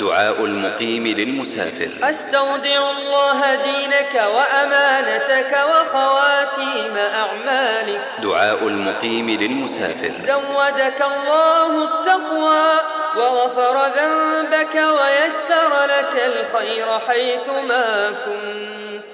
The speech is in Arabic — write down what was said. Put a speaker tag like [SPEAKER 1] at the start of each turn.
[SPEAKER 1] دعاء المقيم للمسافر
[SPEAKER 2] أستودع الله دينك وأمانتك وخواتيم أعمالك
[SPEAKER 1] دعاء المقيم للمسافر
[SPEAKER 2] زودك الله التقوى وغفر ذنبك ويسر لك الخير حيثما كنت